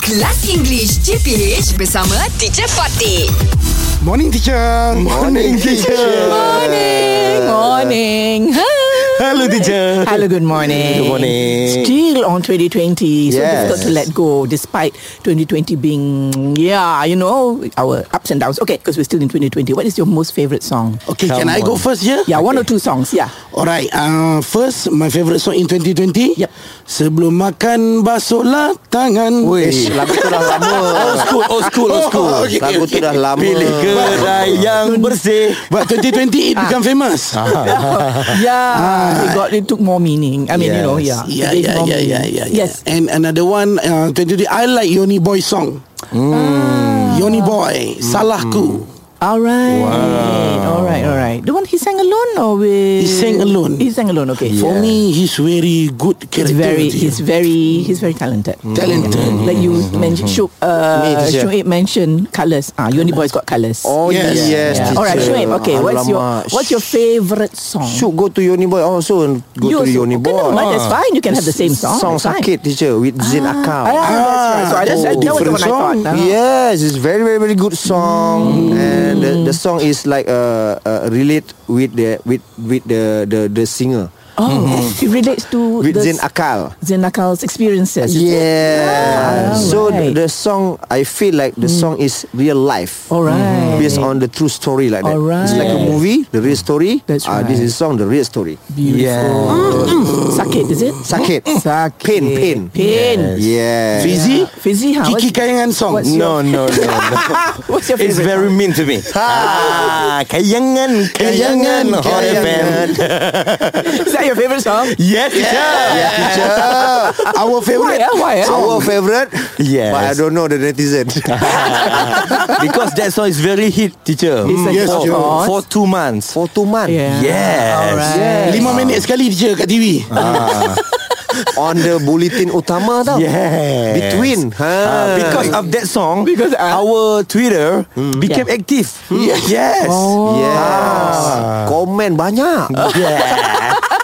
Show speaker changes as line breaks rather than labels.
Kelas English CPH bersama Teacher Fatih.
Morning teacher.
Morning, teacher.
Morning, morning. Ha.
Hello teacher.
Hello, good morning.
Good morning.
Still on 2020, so
Yes.
difficult to let go despite 2020 being, yeah, you know, our ups and downs. Okay, because we're still in 2020. What is your most favorite song?
Okay, can
Come
I go
on.
first here?
Yeah, one or two songs. Yeah.
Alright, uh, first my favourite song in 2020.
Yep.
Sebelum makan basuhlah tangan.
Ish, lagu tu dah lama.
Old school, old school, old school.
Oh, okay,
Lagu tu
okay.
dah lama.
Pilih kedai
yang bersih. But 2020 it become famous.
yeah, it got it took more meaning. I mean, you know,
Yes.
yeah,
Yeah,
It gave
yeah,
more
yeah,
meaning.
yeah, yeah, yeah.
Yes,
And another one, uh, 2020, I like Yoni Boy song. Ah. Yoni Boy, Salahku.
all right, all right, all right. The one he sang alone or with?
He sang alone.
He sang alone. Okay,
For me, he's very good
Hmm. He's
character.
very,
teacher.
he's very, he's very talented. Mm-hmm.
talented.
Like you mentioned, Shuk,
Mm-hmm. Me,
uh,
teacher.
Shuib mentioned colours. Ah, Yoni Boy's got colours.
Oh
Yes.
yes, yes,
Yeah.
All right,
teacher.
Shuib. Okay, what's your
Alamak.
what's your favourite song?
Should go to Yoni Boy also and Go
You
to
also-
Yoni
okay,
Boy
no, but that's
Ah.
fine. You can have the same song.
Song
It's fine.
sakit teacher With Zain Akal
Ah, that's right. So I just- that was the
different
one I thought.
song.
Ah.
Yes, it's very very very good song,
Mm.
and the, the song is like uh, uh relate with the with with the the the singer
Oh, it relates to
with
Oh, the
Zain Akal.
Zain Akal's experiences. is it?
Yeah.
Ah,
so the,
alright. Hmm.
the song, I feel like the song is real life.
Alright.
Mm-hmm. Based on the true story like that. It's like a
Alright. Hmm.
movie, the real story.
That's
Ah, This
right.
is song, the real story.
Beautiful. Mm-hmm. Sakit, is it? Mm-hmm.
Sakit.
Sakit.
Pain, pain.
Pain.
Yeah.
Fizzy?
Fizzy, huh?
Kiki Kayangan song.
what's your-
No, no, no. no.
What's your
It's
favourite?
very mean to me. Ah, kayangan, kayangan, hot FM.
Is that your favourite song?
Yes, yeah.
Teacher,
Our
Why?
favorite.
ah? Why? ah?
our favorite.
Yes.
But I don't know the netizen.
Because that song is very hit, teacher.
It's a
Yes,
hit, of
sure.
course.
For two months.
For two months.
Yeah.
Yes.
Alright.
Yes.
Lima minit sekali je kat TV.
On the bulletin utama tau.
Yes.
Between. Ha.
Ah, because of that song,
Because, ah.
our Twitter became
Yeah. Oh.
active. Yes.
Hmm.
Ah.
Yes. Komen banyak.
Yeah.